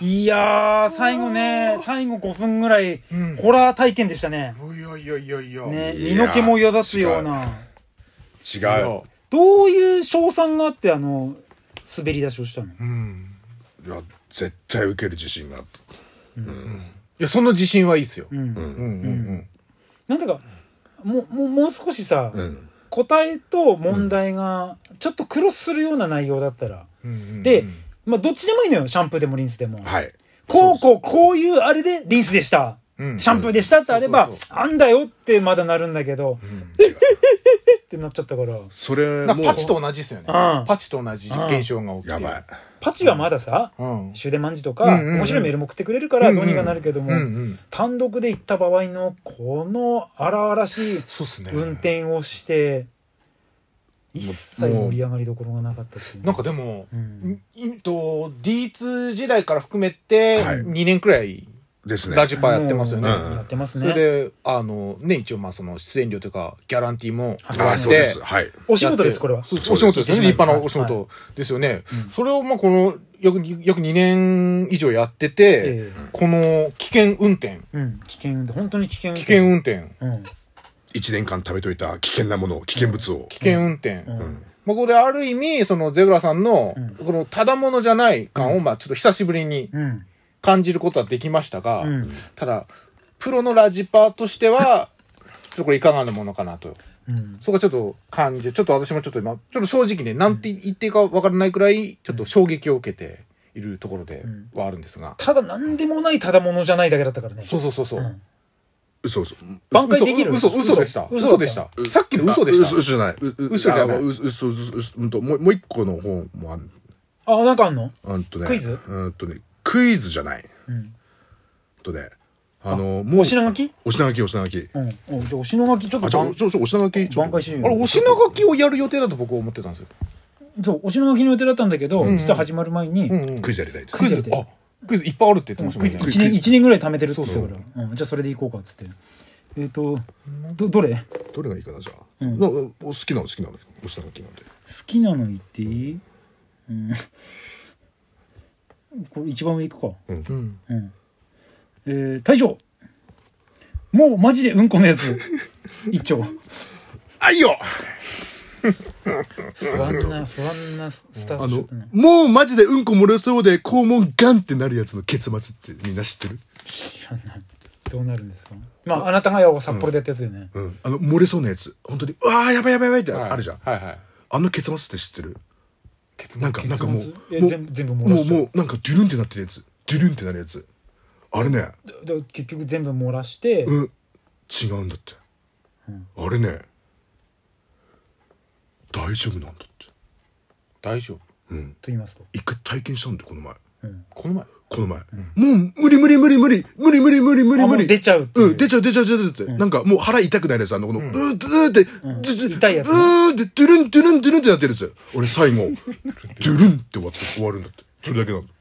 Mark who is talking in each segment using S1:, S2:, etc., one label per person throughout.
S1: いやー、最後ね、最後5分ぐらい、
S2: うん
S1: ホラー体験でしたね。
S2: いやいやいやいや。
S1: ね、
S3: い
S1: 身
S3: やー
S1: の毛もよだつような。
S3: 違
S2: いや
S3: う。
S1: どういう賞賛があって、あの、滑り出しをしたの
S2: うん。
S3: いや、絶対受ける自信があった。
S2: いや、その自信はいいっすよ。
S1: う
S2: う
S1: ん。
S2: んうんうん。
S1: なんていうか、もう、もう、もう少しさ、
S3: うん。
S1: 答えと問題が、ちょっとクロスするような内容だったら。
S2: うんうん
S1: で、まあ、どっちでもいいのよ。シャンプーでもリンスでも。
S3: はい。
S1: こうこう、こういうあれでリンスでした。
S2: うん
S1: シャンプーでしたってあれば
S2: そうそう、
S1: あんだよってまだなるんだけど、
S3: 違う
S1: ってなっちゃったから。
S3: それ
S2: な
S3: も
S2: んかパチと同じですよね。
S1: うん
S2: パチと同じ現象が起きてる
S3: やばい。。
S1: パチはまださ、
S2: うん。
S1: 終電マンジとか、
S2: うんうんうん
S1: 面白いメールも送ってくれるからどうにかなるけども、
S2: うんうん。
S1: 単独で行った場合のこの荒々しい
S2: そうっすね。
S1: 運転をして、一切盛り上がりどころがなかったっていうね
S2: なんかでも、
S1: うん
S2: んと D2 時代から含めて
S3: はい
S2: 2年くらい
S3: ですね。
S2: ラジパやってますよね。
S1: もうやってます
S2: そ
S1: ね。
S2: れで、あの、ね、一応まあその出演料というか、ギャランティーも
S1: あ
S2: もら
S3: あ、
S2: っ
S3: そうで
S2: て
S3: す。、はい。
S1: お仕事です、これは。
S2: そう
S3: そう
S2: お
S3: で
S2: 仕
S3: す
S2: 事です
S1: は
S2: ね。
S1: い
S2: 立派なお仕事ですよね。それをまあこの約、約2年以上やってて、
S1: ええ
S2: この危険運転、
S1: うん、危険運転、本当に危険運
S2: 危
S1: 転。
S2: 険運転、
S1: うん。
S3: 一年間貯めといた危険なものを、危険物を。
S2: 危険運転。
S1: うん
S3: うん
S2: まあこれある意味、そのゼブラさんの、このただものじゃない感を、まあちょっと久しぶりに
S1: うん。
S2: 感じることはできましたが、
S1: うん
S2: ただ、プロのラジパーとしては、ちょっとこれいかがなものかなと。
S1: うん。
S2: そこがちょっと感じ、ちょっと私もちょっと今、ちょっと正直ね、なんて言っていいかわからないくらい、ちょっと衝撃を受けているところではあるんですが。
S1: ただ何でもないただものじゃないだけだったからね。
S2: そうそうそうそう。
S3: 嘘嘘。
S1: 挽回できる
S2: 嘘、嘘嘘でした。
S1: 嘘だった
S2: 嘘でした。さっきの嘘で
S3: あ
S2: し
S3: 嘘
S2: た。
S3: じゃない。うう
S2: 嘘じゃない
S3: あう嘘、嘘、嘘嘘うんと、もうもう一個の方もあん、
S1: あ、なんかあんの
S3: あんとね。
S1: クイズ
S3: うんとね、クイズじゃない。
S1: うん。
S3: とね、あの、もう。
S1: お品書き
S3: お品書き、お品書き。
S1: うん。おじゃあ、おしのがきちょっ
S3: あ、
S1: と
S3: ち
S1: ば
S3: ょ、
S1: ん
S3: ちょ、ちょ、お品書き。ちょ
S1: 挽回しよう
S2: あれ、お品書きをやる予定だと僕は思ってたんですよ。
S1: そう、お品書きの予定だったんだけど、実は始まる前に、
S2: うんうん
S3: クイズやりたいです
S2: クイズ、あ、クイズいっぱいあるって言ってましたも
S1: クイズ
S2: んね。
S1: 1年、一年ぐらい貯めてるって言ってたから、うんじゃあそれでいこうかっつって。えっ、と、ど、どれ好
S3: どれがいいかな、じゃあ。なお好きなの、好きなの。お品書きなんで。
S1: きなの言っていいうん。これ一番上いくか。
S2: うん。
S1: うん。えー、大将もうマジでうんこのやつ。一丁。
S3: あいよ
S1: 不安な、不安なスタート
S3: あ
S1: しちゃ
S3: の
S1: ったね、
S3: もうマジでうんこ漏れそうで肛門ガンってなるやつの結末ってみんな知ってる
S1: どうなるんですかまあ、あなたがよ、札幌でやったやつよね。
S3: うん。あの、漏れそうなやつ。本当に、うわー、やばいやばいやばいって
S2: はい
S3: あるじゃん。
S2: はいはい。
S3: あの結末って知ってる
S2: 結
S3: なんか、なんかもう、も
S1: え
S3: う
S1: 全全部漏ら
S3: もう、
S1: しちゃう
S3: もう、なんかドゥルンってなってるやつ。ドゥルンってなるやつ。あれね、
S1: だから結局全部漏らして、
S3: うん、違うんだって。あれね、大丈夫なんだって。
S2: 大丈夫。
S1: と言いますと。
S3: 一回体験したんだよ、この前。
S2: この前。
S3: この前。もう、無理無理無理無理無理無理無理無理
S1: あも
S3: 無
S1: う
S3: 理。
S1: 出ちゃうっていう
S3: うん、出ちゃう出ちゃう出ちゃうって。なんかもう腹痛くなるやつ、あの、この、うーって、うーって、ずず
S1: 痛いやつ
S3: うーって、ドゥルン、ドゥルン、ドゥルンってなってるやつ。俺 最後、ドゥルンって終わって終わるんだって。それだけなんだ。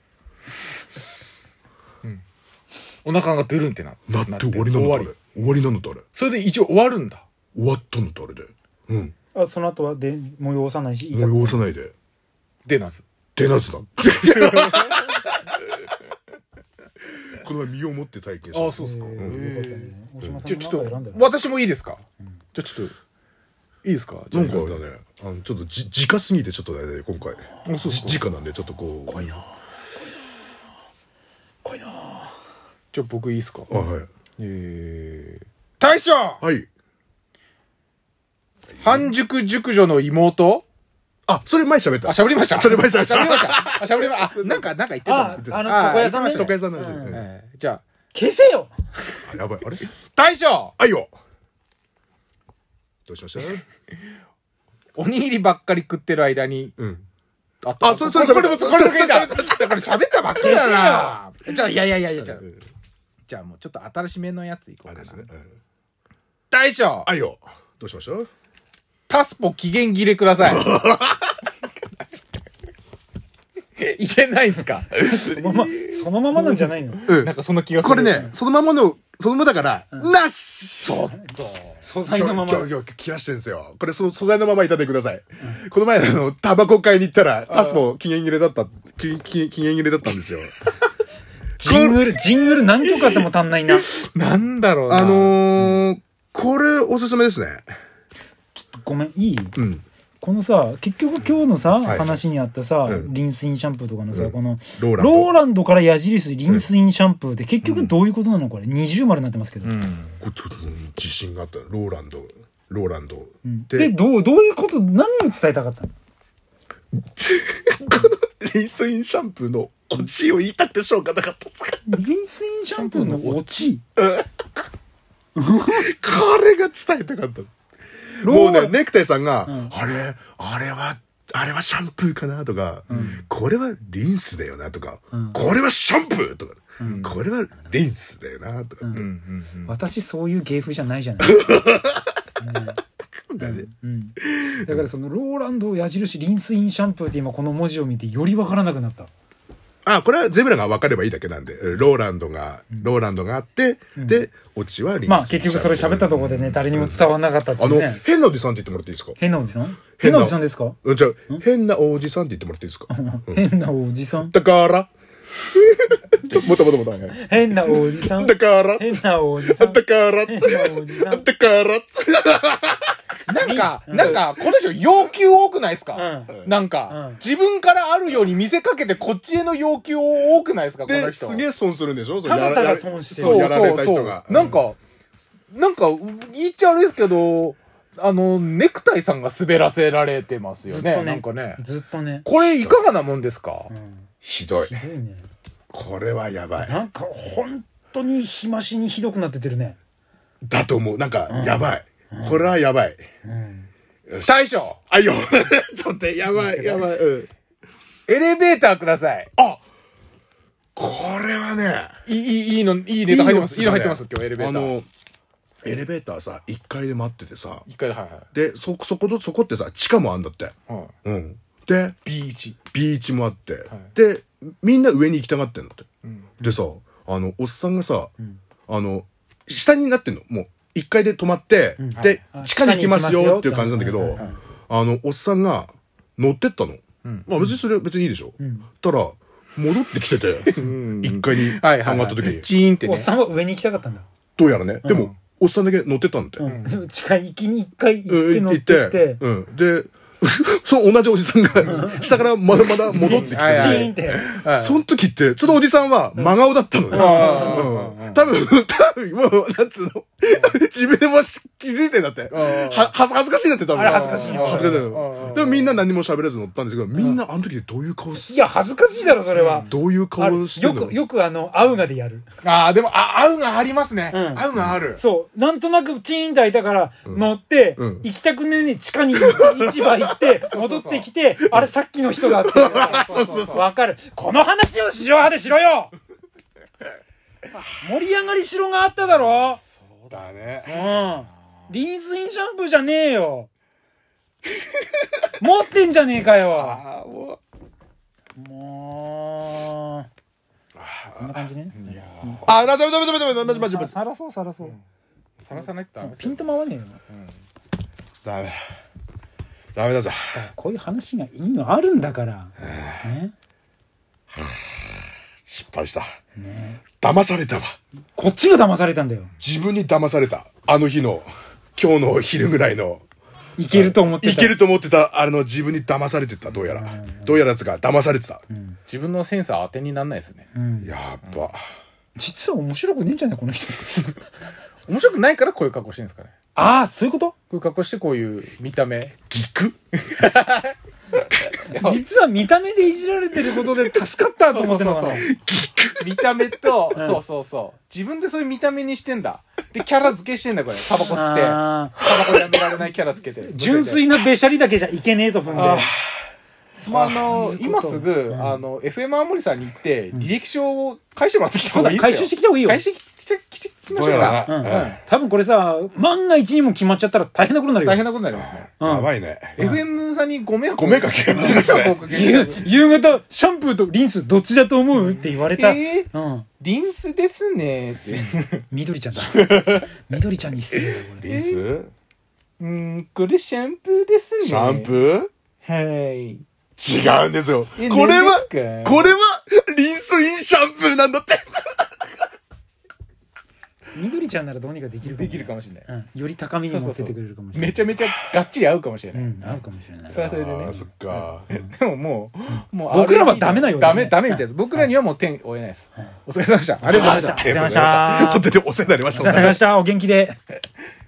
S2: お腹がドゥルンってな。
S3: なって終わりな
S2: 終
S3: の
S2: わ
S3: あれ
S2: り。。
S3: 終わりなのとあれ。
S2: それで一応終わるんだ。
S3: 終わったのとあれで。うん。
S1: あその後はで催さないし痛く
S3: 催さないで。
S2: で、なず。
S3: 出な ずだ。この前身をもって体験した。
S2: あ、そうですか。
S1: えーよかったね大島さん
S2: ちょ、
S1: も
S2: ち
S1: な
S2: ょ
S1: んか
S2: っ
S1: 選んだ
S2: と
S1: よ、ね
S2: 私もいいですかじゃ、ちょっと、いいですか
S3: なんかあれだね、あの、ちょっとじ、自家すぎてちょっとあれだね、今回。
S2: そうそう
S3: じ、自家なんで、ちょっとこう。怖いな。
S1: 怖いなあ
S2: じゃあ僕いいですか
S3: あ、はい。
S2: えー、大将
S3: はい。
S2: 半熟熟女の妹
S3: あ、それ前喋っ
S2: あ、
S3: た。
S2: 喋りました。
S3: それ前喋った
S2: 喋りました。あ、喋りました。あ、なんか、なんか言って
S1: あ
S2: た
S1: あの
S2: あ
S1: 床屋さんね
S2: 行きましょう
S3: 床屋さんの話で。うん
S2: えーじゃあ、
S1: 消せよ
S3: あやばい、あれ
S2: 大将
S3: あいよどうしました
S2: おにぎりばっかり食ってる間に、
S3: うん。
S2: あ
S3: あそれそれ
S2: これも、
S3: そ
S2: こ
S3: れ
S2: れも
S3: そ
S2: いい
S3: れ
S2: んだ。
S3: そ
S2: だ
S3: れ
S2: から喋ったばっかりだな。じゃあ、いやいやいやいや、じゃあ
S3: うん
S2: じゃあもうちょっと新しめのやついこ
S3: あ
S2: う
S3: れ
S2: かな
S3: です。ね。うん
S2: 大将
S3: あいよどうしました
S2: タスポ期限切れくだ さい。いけないんすか
S1: そのままそのままなんじゃないの
S2: なんかそんな気がす
S3: こ
S2: る。
S3: れね、そのままの、そのままだから、なし
S2: ちょっと。
S1: 素
S3: 今
S1: 材
S3: 日、
S1: のま
S3: 今
S1: ま
S3: 日、今日切らしてるんですよ。これ、その素材のままいただいてください。この前、あの、タバコ買いに行ったら、タスポ期限切れだった、期期期限切れだったんですよ。
S1: ジングル、ジングル何曲あっても足んないな。
S2: なんだろうな。
S3: あのー、これおすすめですね。
S1: ごめん、いい
S3: うん。
S1: このさ、結局今日のさ、
S3: はい
S1: 話にあったさ、
S3: うん
S1: リンスインシャンプーとかのさ、
S3: うん
S1: この、
S3: ローランド
S1: ローランドから矢印リンスインシャンプーって結局どういうことなのこれ。二重丸になってますけど。
S2: うん。
S3: こちょっと自信があった。ローランド、ローランド。
S1: うん
S3: で
S1: で、どう、どういうこと、何を伝えたかったの
S3: このリンスインシャンプーのオチを言いたくてしょうがなかったですか
S1: リンスインシャンプーのオチ。
S3: これが伝えたかった。
S1: ロ
S3: も
S1: ー
S3: う
S1: ラ
S3: ね、ネクタイさんが、
S1: ん
S3: あれ、あれは、あれはシャンプーかなとか、これはリンスだよなとか、
S1: うん
S3: これはシャンプーとか、これはリンスだよなとか、
S2: うんうん
S1: 私そういう芸風じゃないじゃない。
S3: だね
S1: うん、だからそのローランド矢印リンスインシャンプーって今この文字を見てより分からなくなった
S3: あ、これはゼブラが分かればいいだけなんで、ローランドが、ローランドがあって、で、オチはリンス。
S1: まあ結局それ喋ったところでね誰にも伝わんなかったって
S3: あ
S1: いう
S3: の、
S1: ね
S3: 変なおじさんって言ってもらっていいですか
S1: 変なおじさん変なおじさんですか
S3: うんじゃあ変なおじさんって言ってもらっていいですか
S1: 変なおじさ ん
S3: だから、もともともと、はい
S1: 変なおじさん
S3: だから、
S1: 変なおじさん
S3: だから、
S1: 変なおじさん
S3: だ から、
S2: なんか、なんか、この人要求多くないですか
S1: う
S2: なん
S1: うん
S2: か、自分からあるように見せかけてこっちへの要求多くないですかこの
S3: で、
S2: 人。
S3: すげえ損するんでしょそ
S1: た
S3: れ
S1: だただ
S3: やら
S1: 損してる
S3: そう、やられ
S2: そ
S3: た
S2: うそ
S3: 人
S2: う
S3: が。
S2: なんか、なんか、言っちゃ悪いですけど、あの、ネクタイさんが滑らせられてますよ
S1: ずっ
S2: ね。
S1: と
S2: なん
S1: ね
S2: かね。
S1: ずっとね
S2: これいかがなもんですか
S1: うん
S3: ひどい。
S1: ひどいね
S3: これはやばい。
S1: なんか本当に日増しにひどくなってってるね
S3: だと思う。なんか、やばい。これはやばい。よし
S2: 大将
S3: あ、 よ。ちょっと、やばい、やばい。うん
S2: エレベーターください。
S3: これはね、
S2: いい、いい、いいの、いいネタ入ってます。いいの入ってます、今日エレベータ
S3: あ
S2: ー。
S3: の、エレベーターさ、1階で待っててさ、
S2: 一回で、はいはい
S3: で、そ、そこと、そこってさ、地下もあんだって。
S2: はい。
S3: うん。で、
S2: ビーチ。
S3: ビーチもあって、で、みんな上に行きたがってんだって。
S2: うん。
S3: でさ、あの、おっさんがさ、あの、下になってんの。もう、1階で止まって、で、
S1: はい
S3: 地下に行きます
S1: 地下に行きますよ
S3: よっていう感じなんだけ
S1: はいは
S3: ど
S1: いはい、
S3: あの、おっさんが乗ってったの。
S2: うん
S3: まあ別にそれは別にいいでしょ。
S1: ん
S3: たら、戻ってきてて、1階に
S2: は
S3: 上
S2: い
S3: が
S2: はい
S3: った
S2: はい。
S3: 時に、
S2: チーンって
S1: おっ
S2: ね。
S1: さんは上に行きたかったんだ、
S3: どうやらね、でも、おっさんだけ乗ってったんだって。
S1: うん、 でも近い行きに一回行って
S3: うん
S1: 乗っ
S3: 行
S1: て
S3: っ
S1: って
S3: て、うん。で、 その同じおじさんが、下からまだまだ戻ってきて
S2: はいは
S1: チ
S2: い
S3: て、
S1: ーンって
S2: はい
S3: その時って、そのおじさんは真顔だったのね。
S2: うん
S3: うん多分、多分、もう、なんつうの、自分でもし気づいてんだって。は、は恥ずかしいなって多分。
S1: あれ恥ずかしいよ
S3: 恥ずかしい
S2: うん
S3: の。でもみんな何も喋れず乗ったんですけど、みんなあの時どういう顔す
S1: いや恥ずかしいだろそれは、
S3: どういう
S1: ある
S3: 顔して
S1: よ
S3: んの
S1: くよくあの会うがでやる
S2: ああ、でも、あ、合うがありますね。
S1: うん
S2: 合うがある。
S1: そう。なんとなくチーンと開いたから、乗って、
S3: うん
S1: 行きたくねえに地下に市場行って、
S2: そうそ
S1: 戻
S2: う
S1: ってきて、あれさっきの人だ って。
S2: そうそうそう
S1: わかる。この話を市場派でしろ よ盛り上がりしろがあっただろ
S3: そうだね。
S1: うん。リンスインシャンプーじゃねえよ。 持ってんじゃねえかよ。
S3: ああ、も
S1: もう。こんな感じね。
S2: いや
S3: う。ああ、ダメダメダメダメダメダメダメダメ
S1: さらそうさらそう。
S2: ーさらさないってダメです
S1: ピ
S2: よ
S1: ンと回わねえよ。
S3: ダメ。ダメだぞ。
S1: こういう話がいいのあるんだから。ね。
S3: 失敗した。騙されたわ。
S1: こっちが騙されたんだよ。
S3: 自分に騙された。あの日の、今日の昼ぐらいの。
S1: いけると思ってた。
S3: いけると思ってた、あの、自分に騙されてた、どうやら。どうやらやつが騙されてた。
S2: 自分のセンサー当てになんないですね。
S1: うん。
S3: やっば。
S1: 実は面白くねえんじゃないこの人。
S2: 面白くないからこういう格好してるんですかね。
S1: ああ、そういうこと
S2: こういう格好してこういう見た目。
S3: ギク
S1: 実は見た目でいじられてることで助かったと思ってんのかな。
S2: 見た目と、そうそうそう。自分でそういう見た目にしてんだ。で、キャラ付けしてんだ、これ。タバコ吸って。タ
S1: あー
S2: バコやめられないキャラ付けて。
S1: 純粋なべしゃりだけじゃいけねえと踏んで。
S2: あー。まあ、あの、
S1: いうこ
S2: 今
S1: と
S2: すぐ、あの、FM 青森さんに行って、履歴書を返してもらってきた
S1: そ
S2: 方
S1: う
S2: がい
S1: だ、
S2: いですよ。
S1: 回収してきた方がいいよ。
S2: 返してきて、きて、きま
S3: ど
S2: し
S3: う
S2: ょう
S3: や。
S2: から
S1: うん
S3: な。
S1: 多分これさ、万が一にも決まっちゃったら大変なことになるよ。
S2: 大変なことになりますね。
S3: うん
S1: うん
S3: やばいね。
S2: FM さんにご迷惑を
S3: ご迷惑かけましたね
S2: ご迷惑をかけま
S1: 夕
S2: した
S1: 夕方、シャンプーとリンスどっちだと思うって言われた。
S2: え
S1: うん。
S2: リンスですねーって。
S1: 緑ちゃんだ。 緑ちゃんに失礼だよ、これ。
S3: リンス
S2: うーん、これシャンプーですね。
S3: シャンプ
S2: はい。
S3: ー違うんですよ。
S2: え
S3: これは
S2: 何です、か
S3: これは、リンスインシャンプーなんだって。
S1: ちゃんならどうにかできるかも
S2: できるかもしれない。
S1: うん、より高みに持ってってくれるかもしれない
S2: めちゃめちゃがっちり合うかもしれない。
S1: うん合うかもしれない
S2: それはそれで
S3: あ
S2: ね
S3: ー。そっか。
S2: でももう、もう
S1: 僕らはダメなようです
S2: ダ
S1: ね
S2: メ、ダメみたいです。僕らにはもう点追えないです。お疲れ様でした。ありがとうございまし
S1: あり
S2: た。
S1: がとうございました
S3: 本当にお世話になりました。
S1: お疲れ様でしたお元気で